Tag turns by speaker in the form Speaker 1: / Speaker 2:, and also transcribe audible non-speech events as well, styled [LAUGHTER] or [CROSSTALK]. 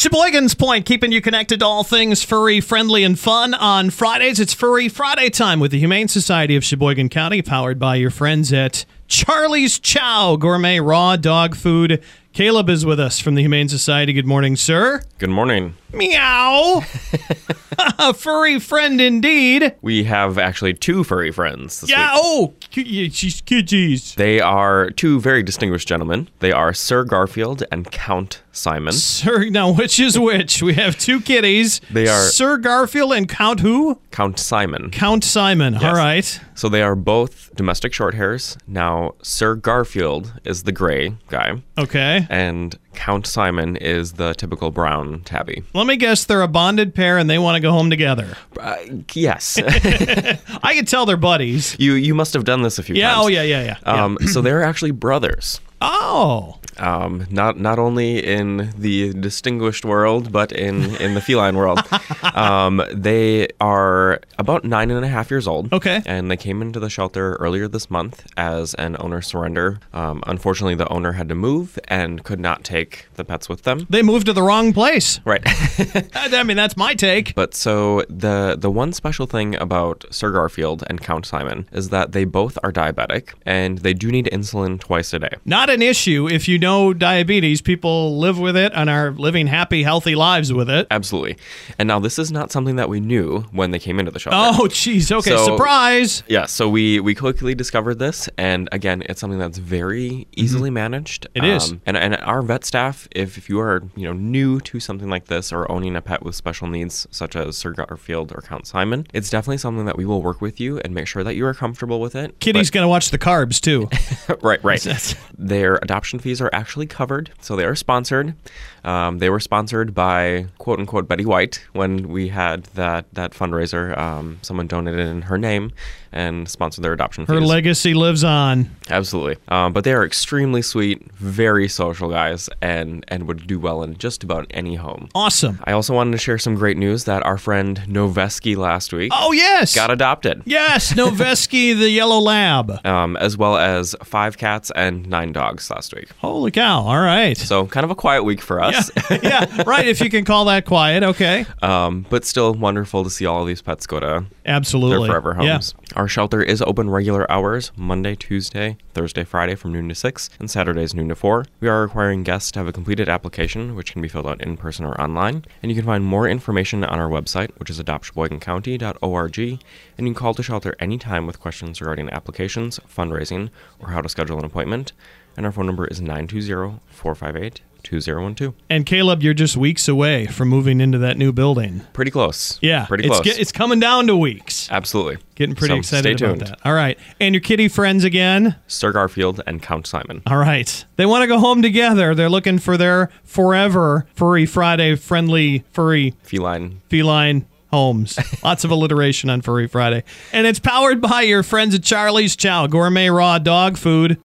Speaker 1: Sheboygan's Point, keeping you connected to all things furry, friendly, and fun. On Fridays, it's Furry Friday time with the Humane Society of Sheboygan County, powered by your friends at Charlie's Chow, gourmet raw dog food. Caleb is with us from the Humane Society. Good morning, sir.
Speaker 2: Good morning. [LAUGHS]
Speaker 1: Meow. [LAUGHS] A furry friend indeed.
Speaker 2: We have actually two furry friends this
Speaker 1: Yeah.
Speaker 2: week.
Speaker 1: Oh, ki- she's kitties.
Speaker 2: They are two very distinguished gentlemen. They are Sir Garfield and Count Simon.
Speaker 1: Sir, now which is which? We have two kitties.
Speaker 2: They are-
Speaker 1: Sir Garfield and Count who?
Speaker 2: Count Simon.
Speaker 1: Count Simon. All right.
Speaker 2: So they are both domestic short hairs. Now, Sir Garfield is the gray guy,
Speaker 1: Okay.
Speaker 2: and Count Simon is the typical brown tabby.
Speaker 1: Let me guess they're a bonded pair and they want to go home together.
Speaker 2: Uh,
Speaker 1: [LAUGHS]
Speaker 2: yes.
Speaker 1: I can tell they're buddies.
Speaker 2: you you must have done this a few
Speaker 1: Yeah,
Speaker 2: times.
Speaker 1: oh yeah, yeah, yeah. yeah.
Speaker 2: Um, so they're actually brothers.
Speaker 1: Oh.
Speaker 2: um, not not only in the distinguished world, but in in the feline world. um, they are about nine and a half years old.
Speaker 1: Okay.
Speaker 2: and they came into the shelter earlier this month as an owner surrender. Um, unfortunately, the owner had to move and could not take the pets with them.
Speaker 1: They moved to the wrong place.
Speaker 2: Right.
Speaker 1: I I mean, that's my take.
Speaker 2: But so the the one special thing about Sir Garfield and Count Simon is that they both are diabetic and they do need insulin twice a day.
Speaker 1: Not an issue if you know diabetes. People live with it and are living happy, healthy lives with it.
Speaker 2: Absolutely. And now this is not something that we knew when they came into the shelter.
Speaker 1: Oh, jeez. Okay,
Speaker 2: So-
Speaker 1: surprise.
Speaker 2: Yeah, so we we quickly discovered this, and again, it's something that's very easily managed. Mm-hmm. It
Speaker 1: It
Speaker 2: is,
Speaker 1: is.
Speaker 2: and and our vet staff, if, if you are you know new to something like this or owning a pet with special needs such as Sir Garfield or Count Simon, it's definitely something that we will work with you and make sure that you are comfortable with it.
Speaker 1: Kitty's going to watch the carbs too.
Speaker 2: But- [LAUGHS] right, right. Their adoption fees are actually covered, so they are sponsored. Um, they were sponsored by quote unquote Betty White when we had that that fundraiser. Um, someone donated in her name and sponsored their adoption
Speaker 1: Her
Speaker 2: fees.
Speaker 1: legacy lives on.
Speaker 2: Absolutely. Um, but they are extremely sweet, very social guys, and, and would do well in just about any home.
Speaker 1: Awesome.
Speaker 2: I also wanted to share some great news that our friend Noveski last week
Speaker 1: Oh, yes.
Speaker 2: got adopted,
Speaker 1: Yes, Noveski, the yellow lab.
Speaker 2: um, as well as five cats and nine dogs last week.
Speaker 1: Holy cow. All right.
Speaker 2: So, kind of a quiet week for us,
Speaker 1: yeah, [LAUGHS] right. If you can call that quiet, okay.
Speaker 2: um, but still wonderful to see all of these pets go to their
Speaker 1: Absolutely.
Speaker 2: forever
Speaker 1: Yeah.
Speaker 2: homes. Our shelter is open regular hours Monday, Tuesday, Thursday, Friday from noon to 6, and Saturdays noon to 4. We are requiring guests to have a completed application, which can be filled out in person or online. And you can find more information on our website, which is adoptsheboygancounty.org. And you can call the shelter anytime with questions regarding applications, fundraising, or how to schedule an appointment. And our phone number is 920 458 2012.
Speaker 1: And Caleb, you're just weeks away from moving into that new building.
Speaker 2: Pretty close.
Speaker 1: Yeah,
Speaker 2: Pretty
Speaker 1: it's
Speaker 2: close.
Speaker 1: ge- it's coming down to
Speaker 2: [LAUGHS]
Speaker 1: weeks.
Speaker 2: Absolutely.
Speaker 1: Getting pretty
Speaker 2: So
Speaker 1: excited
Speaker 2: stay
Speaker 1: about
Speaker 2: tuned.
Speaker 1: that. All right, and your kitty friends again.
Speaker 2: Sir Garfield and Count Simon.
Speaker 1: All right, they want to go home together. They're looking for their forever furry Friday friendly furry
Speaker 2: Feline
Speaker 1: feline homes. [LAUGHS] Lots of alliteration on Furry Friday, and it's powered by your friends at Charlie's Chow Gourmet Raw Dog Food.